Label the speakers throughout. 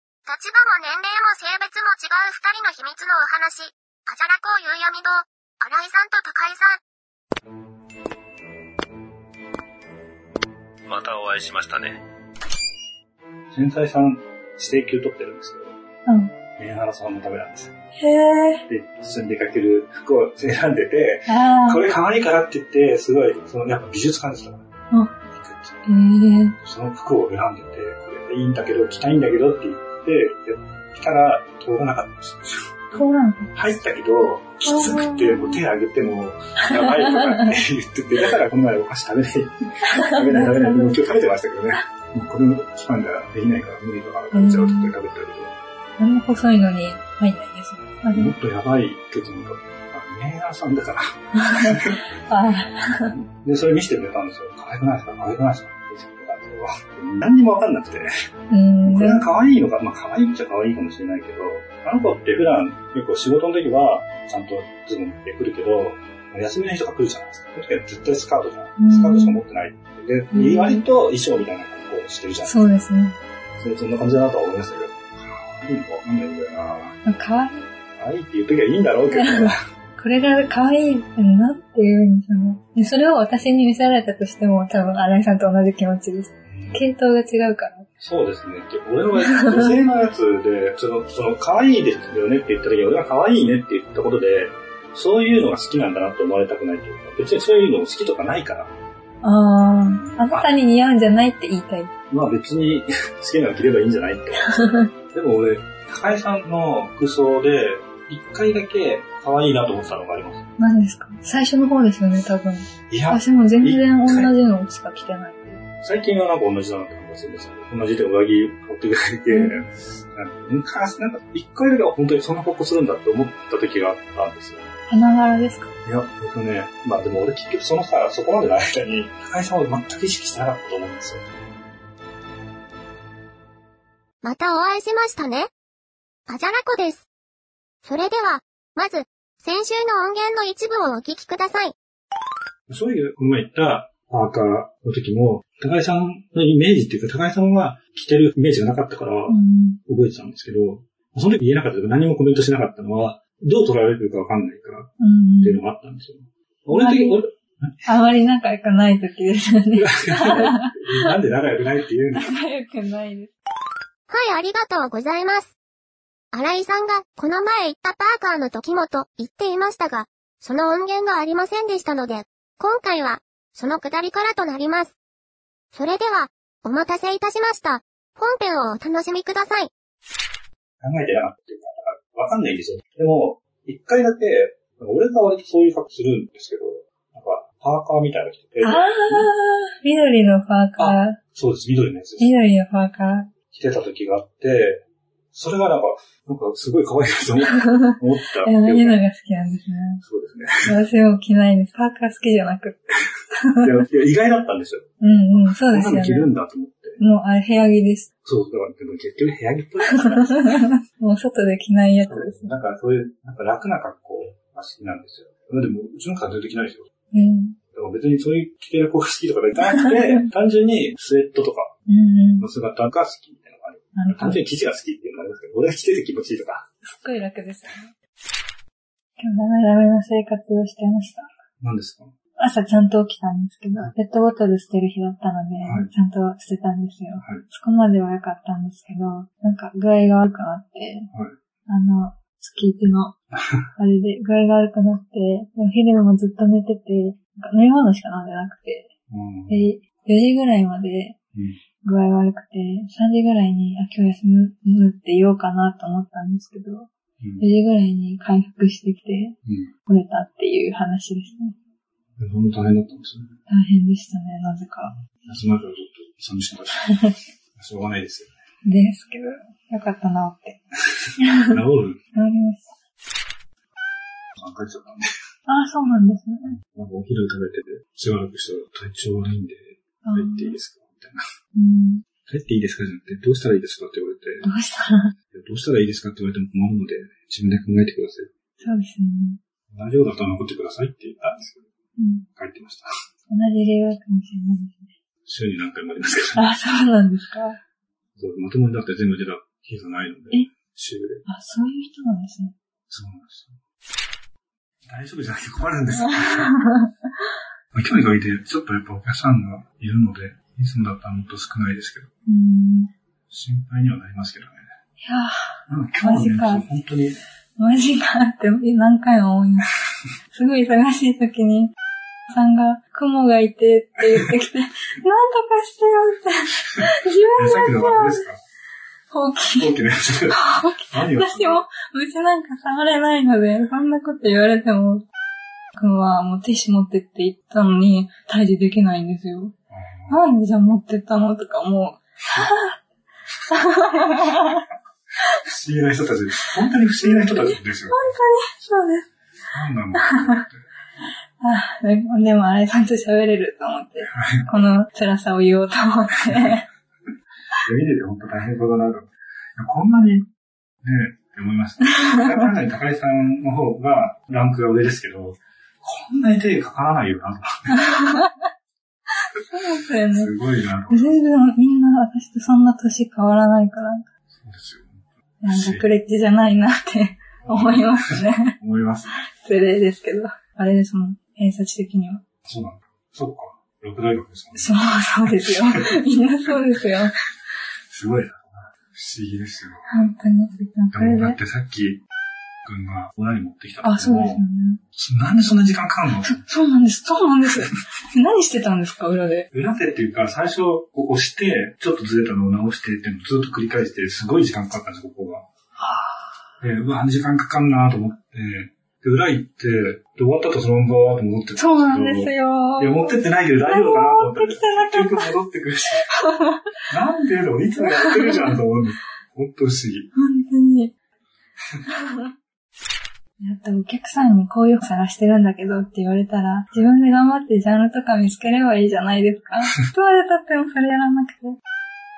Speaker 1: 土地場も年齢も性別も違う二人の秘密のお話。あじゃらこう夕闇堂。新井さんと高井さん。
Speaker 2: またお会いしましたね。
Speaker 3: 繊細さん、指定級取ってるんですけど、
Speaker 4: うん。
Speaker 3: メンハラさんのためなんです。
Speaker 4: へえ。
Speaker 3: で、一緒に出かける服を選んでて、
Speaker 4: ああ。
Speaker 3: これ可愛いからって言って、すごい、その、やっぱ美術館ですからね。
Speaker 4: うん
Speaker 3: 行くんですよ
Speaker 4: へえ。
Speaker 3: その服を選んでて、これいいんだけど、着たいんだけどって言って、で来たら通らなかったんですよ。
Speaker 4: そうなんだ。
Speaker 3: 入ったけど、きつくて、もう手挙げても、やばいとかって言ってて、だからこの前お菓子食べない、食べない食べない、でも今日食べてましたけどね。もうこの期間じゃできないから無理とか食べちゃうって言って食べたけ
Speaker 4: 何も細いのに入んないですね。あ、で
Speaker 3: ど、もっ
Speaker 4: も、
Speaker 3: とやばい時も、あメーラーさんだから。
Speaker 4: あ
Speaker 3: で、それ見せてくれたんですよ。可愛くないですか可愛くないですかって見せてくれたんですよ。何にもわかんなくて。
Speaker 4: あ。うん。
Speaker 3: こ
Speaker 4: で
Speaker 3: れは
Speaker 4: も
Speaker 3: 可愛いのか、まあ可愛いっちゃ可愛いかもしれないけど、あの子って普段結構仕事の時はちゃんとズボンで来るけど、休みの日とか来るじゃないですか。その時は絶対スカートじゃ。
Speaker 4: うんん
Speaker 3: スカートしか持ってない。
Speaker 4: う
Speaker 3: で、
Speaker 4: ん
Speaker 3: 割と衣装みたいな格好をしてるじゃないです
Speaker 4: そうですね。
Speaker 3: か。それそんな感じだなとは思いましたけど、可愛いのかわかんないんだよな。
Speaker 4: 可愛い。
Speaker 3: 可愛いって言う時はいいんだろ うけど、
Speaker 4: これが可愛いんだなっていうふうにその、でそれを私に見せられたとしても多分新井さんと同じ気持ちです。系統が違うから。
Speaker 3: そうですね。で俺の女性のやつで、その、その、可愛いですよねって言った時、俺が可愛いねって言ったことで、そういうのが好きなんだなと思われたくないというか、別にそういうの好きとかないから、
Speaker 4: ああ、あなたに似合うんじゃないって言いたい。
Speaker 3: まあ別に 好きなの着ればいいんじゃないって。でも俺、高井さんの服装で、一回だけ可愛いなと思ってたのがあります。
Speaker 4: 何ですか最初の方ですよね、多分。
Speaker 3: いや、
Speaker 4: 私も全然同じのしか着てない。
Speaker 3: 最近はなんか同じだなって感じがするんですよ。同じで上着持ってくれて、なんか昔、なんか一回だけは本当にそんな格好するんだって思った時があったんですよ。
Speaker 4: 花柄ですか
Speaker 3: いや、えっとね、まあでも俺結局そのさ、そこまでの間に、高井さんを全く意識してなかったと思うんですよ。
Speaker 1: またお会いしましたね。あじゃらこです。それでは、まず、先週の音源の一部をお聞きください。
Speaker 3: そういう、この前言ったパーカーの時も、高井さんのイメージっていうか、高井さんが着てるイメージがなかったから、
Speaker 4: うん。
Speaker 3: 覚えてたんですけど、その時言えなかったけど何もコメントしなかったのは、どう捉えられてるかわかんないからっ
Speaker 4: うん
Speaker 3: ていうのがあったんですよ。俺の時、
Speaker 4: うん
Speaker 3: 俺、
Speaker 4: あまり仲良くない時ですよね。
Speaker 3: なんで仲良くないって言うんだ
Speaker 4: 仲良くないです。
Speaker 1: はい、ありがとうございます。新井さんが、この前言ったパーカーの時もと言っていましたが、その音源がありませんでしたので、今回は、その下りからとなります。それでは、お待たせいたしました。本編をお楽しみください。
Speaker 3: 考えてなかったっていうか、だからわかんないんですよ。でも、一回だけ、俺が割とそういう格好するんですけど、なんか、パーカーみたいなの着てて
Speaker 4: あ、あ、緑のパーカー。
Speaker 3: そうです、緑のやつです
Speaker 4: 緑のパーカー。
Speaker 3: 着てた時があって、それがなんか、なんかすごい可愛いなと 思思ったって
Speaker 4: え、そうい
Speaker 3: いううか
Speaker 4: のが好きなんですね。
Speaker 3: そうですね。
Speaker 4: 私も着ないです。パーカー好きじゃなくて。
Speaker 3: いやいや意外だったんですよ。
Speaker 4: うんうん、そう
Speaker 3: こん
Speaker 4: で
Speaker 3: な
Speaker 4: す
Speaker 3: の着
Speaker 4: よ
Speaker 3: る
Speaker 4: ね。
Speaker 3: んだと思って。
Speaker 4: もう、あれ、部屋着です。
Speaker 3: そう、だから、でも結局部屋着っぽいから。
Speaker 4: もう、外で着ないやつです。
Speaker 3: なんかそういう、なんか楽な格好が好きなんですよ。でも、うちの感情できないですよ。
Speaker 4: うん。
Speaker 3: だから別にそういう着てる子が好きとかじゃなくて、 単純にスウェットとか
Speaker 4: うんうん。
Speaker 3: の姿が好きみたいなのがある。
Speaker 4: なるほ
Speaker 3: 単
Speaker 4: ど。す
Speaker 3: 純
Speaker 4: っ
Speaker 3: に生地が好きっていうのがありますけど、俺が着てて気持ちいいとか。
Speaker 4: ごい楽ですね。今日、ダメダメな生活をしてました。
Speaker 3: なんですかは
Speaker 4: 朝ちゃんと起きたんですけど、ペットボトル捨てる日だったので、
Speaker 3: はい
Speaker 4: ちゃんと捨てたんですよ。
Speaker 3: い。
Speaker 4: そこまでは良かったんですけど、なんか具合が悪くなって、
Speaker 3: はい
Speaker 4: あの、月一 の、あれで具合が悪くなって、でお昼もずっと寝てて、なんか飲み物しか飲んでなくて、
Speaker 3: うん。
Speaker 4: で、4時ぐらいまで
Speaker 3: うん
Speaker 4: 具合悪くて、3時ぐらいに、あ、今日休むって言おうかなと思ったんですけど、
Speaker 3: うん
Speaker 4: 4時ぐらいに回復してきて、来れたっていう話ですね。
Speaker 3: うん。ほんと大変だったんですよね。
Speaker 4: 大変でしたね、なぜか。
Speaker 3: 休まれたらちょっと寂しかった。 しょうがないですよね。
Speaker 4: ですけど、よかったなって。
Speaker 3: 治る。
Speaker 4: 治りました。
Speaker 3: なんか帰っちゃったんで。
Speaker 4: ああ、そうなんですね。
Speaker 3: なんかお昼食べてて、しばらくしたら体調悪いんで、
Speaker 4: あー
Speaker 3: 帰っていいですかみたいな。
Speaker 4: うん
Speaker 3: 帰っていいですかじゃなくて、どうしたらいいですかって言われて、い
Speaker 4: どうしたら
Speaker 3: やどうしたらいいですかって言われても困るので、自分で考えてください。
Speaker 4: そうですね。
Speaker 3: 同じようだったら残ってくださいって言ったんですけど、
Speaker 4: うん。
Speaker 3: 帰ってました。
Speaker 4: 同じ理由かもしれないですね。
Speaker 3: 週に何回もありますけど。
Speaker 4: ああ、そうなんですか。
Speaker 3: そうまともになって全部出た家がないので
Speaker 4: え、
Speaker 3: 週で。
Speaker 4: あ、そういう人なんですね。
Speaker 3: そうなんですよ。大丈夫じゃなくて困るん ですよ。まあ距離が置いて、ちょっとやっぱお客さんがいるので、いつもだったらもっと少ないですけど、
Speaker 4: うん。
Speaker 3: 心配にはなりますけどね。
Speaker 4: いや
Speaker 3: なんか今日の
Speaker 4: マ
Speaker 3: ね、
Speaker 4: ジか
Speaker 3: 本当に、
Speaker 4: ー、マジかって何回も思います。すごい忙しい時に、さんが、雲がいてって言ってきて、なんとかしてよって、自
Speaker 3: え さっき
Speaker 4: 分
Speaker 3: の
Speaker 4: が
Speaker 3: あれで
Speaker 4: さ、
Speaker 3: すか
Speaker 4: 放
Speaker 3: 飛
Speaker 4: 棄
Speaker 3: 行。機のやつ。何を
Speaker 4: 私も、虫なんか触れないので、そんなこと言われても、くんはもうティッシュ持ってって言ったのに、退治できないんですよ。
Speaker 3: あ
Speaker 4: なんでじゃあ持ってったのとかも
Speaker 3: ー不思議な人たちです。本当に不思議な人たちですよ。
Speaker 4: う、そうです。
Speaker 3: なんなんだろうって。
Speaker 4: あでもでも、新井さんと喋れると思って、この辛さを言おうと思って。
Speaker 3: いや見てて本当大変そうだなと。いやこんなに、ね、って思いました。だからかに高井さんの方がランクが上ですけど、こんなに手かからないよなと。
Speaker 4: そうですよね。
Speaker 3: すごいなと。
Speaker 4: 全然みんな私とそんな年変わらないから、
Speaker 3: そうですよ。
Speaker 4: なんかクレッジじゃないなって思いますね。
Speaker 3: 思います。
Speaker 4: 失礼ですけど。あれですもん、偏差値的には。
Speaker 3: そうなんだ。そっか。六大学ですもんね。
Speaker 4: そう、そうで すよ。みんなそうですよ。
Speaker 3: すごいな。不思議ですよ。
Speaker 4: 本当に。
Speaker 3: で
Speaker 4: これ
Speaker 3: もだっ
Speaker 4: で。
Speaker 3: てさっき、君が親に持ってきた
Speaker 4: あ、そうですよね。
Speaker 3: すなんでそんな時間かかんの
Speaker 4: そうなんです、そうなんです。何してたんですか、裏で。
Speaker 3: 裏手っていうか、最初、こう押して、ちょっとずれたのを直してっていうのをずっと繰り返して、すごい時間かかったんですよ、ここが。で、うわ、時間かかんなと思って、で、裏行って、で、終わった後そのままバーっと戻ってった
Speaker 4: そうなんです
Speaker 3: い
Speaker 4: よ。
Speaker 3: や、持ってってないけど大丈夫かなと思ったら、結局戻ってく るし。なんでだろういつもやってるじゃんと思うんです。ほんと不思議。
Speaker 4: 本当に。やっとお客さんにこういうの探してるんだけどって言われたら、自分で頑張ってジャンルとか見つければいいじゃないですか。どうやったってもそれやらなくて。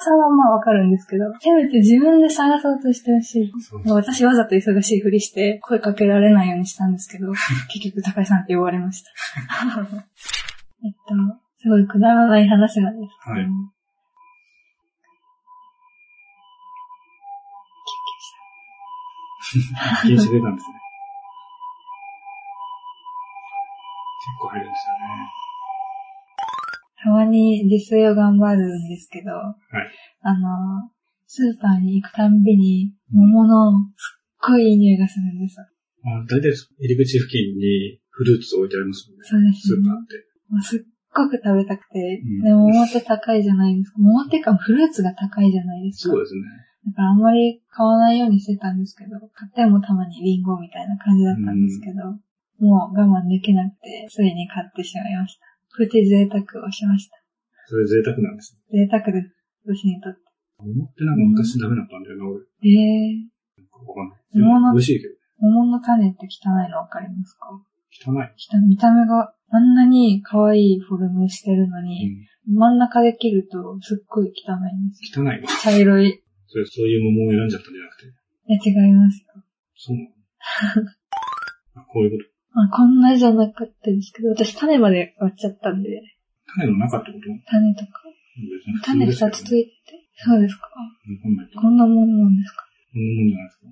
Speaker 4: それはまあわかるんですけど、せめて自分で探そうとしてほしい。
Speaker 3: そう
Speaker 4: もう私わざと忙しいふりして声かけられないようにしたんですけ ど、結局高井さんって呼ばれました。 えっと、すごいくだらない話なんですけど。
Speaker 3: はい
Speaker 4: 救急
Speaker 3: 禁止出たんですね。結構入るんですよね。
Speaker 4: 車たまに自炊を頑張るんですけど、
Speaker 3: い
Speaker 4: あの、スーパーに行くたんびに、桃のすっごいいい匂いがするんです。
Speaker 3: まあ、大体入り口付近にフルーツ置いてありますもんね。
Speaker 4: そうです
Speaker 3: ス
Speaker 4: ね
Speaker 3: ー。パーって。
Speaker 4: もうすっごく食べたくて、
Speaker 3: うん
Speaker 4: でも桃って高いじゃないですか。桃っていうかフルーツが高いじゃないです
Speaker 3: そ
Speaker 4: か
Speaker 3: う。ですね。
Speaker 4: だからあんまり買わないようにしてたんですけど、買ってもたまにリンゴみたいな感じだったんですけど、もう我慢できなくて、ついに買ってしまいました。プチ贅沢をしました。
Speaker 3: それ贅沢なんですね。
Speaker 4: 贅沢です。私にとって。
Speaker 3: 桃ってなんか昔ダメだったんだよな、俺。
Speaker 4: えー、
Speaker 3: わかんない。
Speaker 4: 桃の
Speaker 3: 美味しいけど。
Speaker 4: 桃の種って汚いのわかりますか
Speaker 3: 汚い。
Speaker 4: 汚い見た目があんなに可愛いフォルムしてるのに、真ん中で切るとすっごい汚いんです
Speaker 3: う
Speaker 4: よ。
Speaker 3: ん、汚いわ。
Speaker 4: 茶色い。
Speaker 3: それ、そういう桃を選んじゃったんじゃなくて。
Speaker 4: いや、違いますよ。
Speaker 3: そうなの あこういうこ
Speaker 4: まあ、こんなじゃなかったですけど、私種まで割っちゃったんで、
Speaker 3: と。種の中ってこと
Speaker 4: 種とか。
Speaker 3: 別に普通で
Speaker 4: 種
Speaker 3: すよ
Speaker 4: 二
Speaker 3: ね
Speaker 4: つついてて。そうですか。
Speaker 3: わかんないけど。
Speaker 4: こんなもんなんですか。
Speaker 3: こんなもんじゃないですか。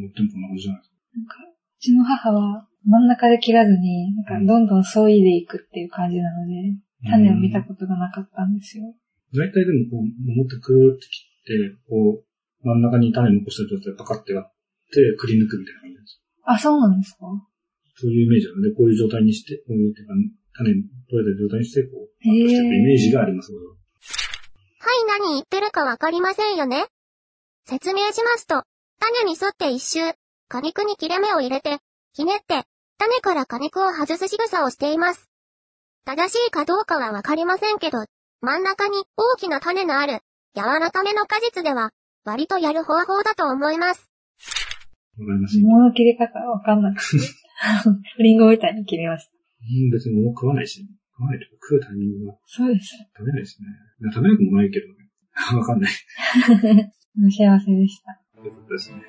Speaker 4: えー、
Speaker 3: 持ってもこんな感じじゃないですか。
Speaker 4: なんか、うちの母は真ん中で切らずに、なんかどんどん削いでいくっていう感じなので、種を見た
Speaker 3: うん
Speaker 4: ことがなかったんですよ。
Speaker 3: 大体でもこう、桃ってくるって切って、こう、真ん中に種残した状態でパカって割って、くり抜くみたいな感じです。
Speaker 4: あ、そうなんですか
Speaker 3: そういうイメージなので、こういう状態にして、こういうてか、種取れた状態にして、こう、カットしていくイメージがあります。
Speaker 1: はい何言ってるかわかりませんよね。説明しますと、種に沿って一周、果肉に切れ目を入れて、ひねって、種から果肉を外す仕草をしています。正しいかどうかはわかりませんけど、真ん中に大きな種のある、柔らかめの果実では、割とやる方法だと思います。
Speaker 3: わかります。
Speaker 4: 桃の切り方わかんなく て。リンゴみたいに切りました。
Speaker 3: うん別に桃食わないし、食わないとか食うタイミングが
Speaker 4: そうです。
Speaker 3: 食べないですね。いや食べなくもないけどね。わかんない。
Speaker 4: 幸せでした。
Speaker 3: よかったですね。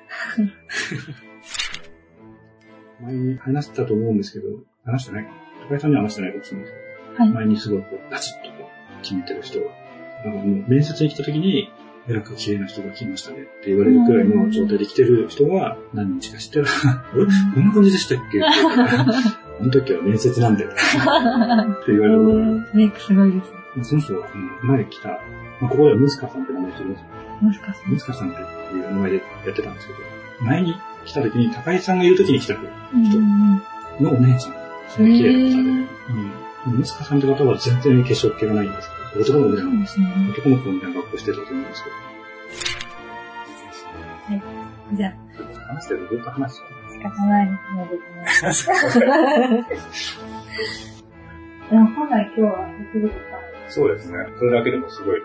Speaker 3: 前に話したと思うんですけど、話してないかな高井さんには話してないかもしれないですけど、
Speaker 4: はい
Speaker 3: 前にすごいこう、ガチッとこう決めてる人が、なんかもう面接に来た時に、えらく綺麗な人が来ましたねって言われるくらいの状態で来てる人が何日かしてら、あれこんな感じでしたっけって 言ったらあの時は面接なんだよ。って言われることがある。
Speaker 4: メイクすごいです。
Speaker 3: その人は、あの前来た、まあ、ここではムスカさんって名前してるんですけ
Speaker 4: もしかして
Speaker 3: ど、ムスカさんっていう名前でやってたんですけど、前に来た時に、高井さんがいる時に来た子
Speaker 4: うん
Speaker 3: のお姉ちゃん。すごい綺麗な方で。うん。ムスカさんって方は全然化粧気がないんですけど、男の子みたい
Speaker 4: そ
Speaker 3: な
Speaker 4: うですね。
Speaker 3: 男の子みたいな格好してたと思うんですけど。
Speaker 4: じゃあ、
Speaker 3: 話してるとずっと話しちゃ
Speaker 4: 仕方ない ですね、僕も。
Speaker 3: う。
Speaker 4: でも本来今日は特別か。
Speaker 3: そうですね。それだけでもすごい。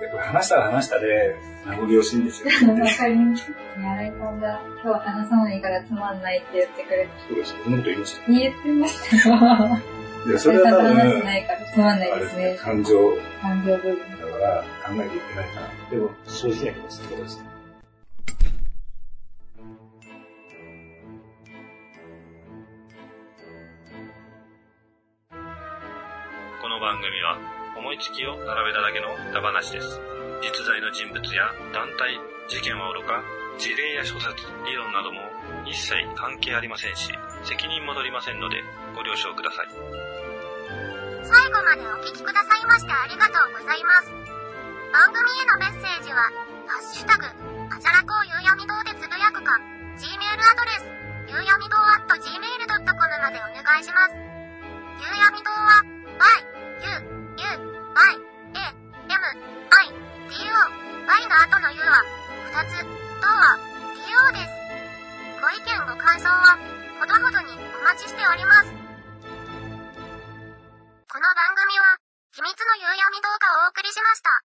Speaker 3: でこれ話したら話したで、名残惜しいんですよ。
Speaker 4: わかります。新井さんが今日は話さないからつまんないって言ってくれて、
Speaker 3: そうです。そんなこと言いまし
Speaker 4: 言ってましたよ。
Speaker 3: た。いや、それは多
Speaker 4: 話し
Speaker 3: 分、
Speaker 4: ないからつまんない
Speaker 3: あれ
Speaker 4: で
Speaker 3: ですすね、
Speaker 4: ね。
Speaker 3: 感情
Speaker 4: 感情部分。
Speaker 3: だから考えていけないかな。でも、正直な気持ちってことですね。
Speaker 2: この番組は思いつきを並べただけの歌話です。実在の人物や団体、事件はおろか、事例や諸説、理論なども一切関係ありませんし、責任も取りませんのでご了承ください。
Speaker 1: 最後までお聞きくださいましてありがとうございます。番組へのメッセージは、ハッシュタグ、あじゃらこうゆうやみ堂でつぶやくか、Gmail アドレス、ゆうやみ堂 at gmail.com までお願いします。ゆうやみ堂は、y, u, u, y, a, m, i, d, o, y の後の u は、2つ、とは、do です。ご意見ご感想は、ほどほどにお待ちしております。この番組は、秘密の夕闇動画をお送りしました。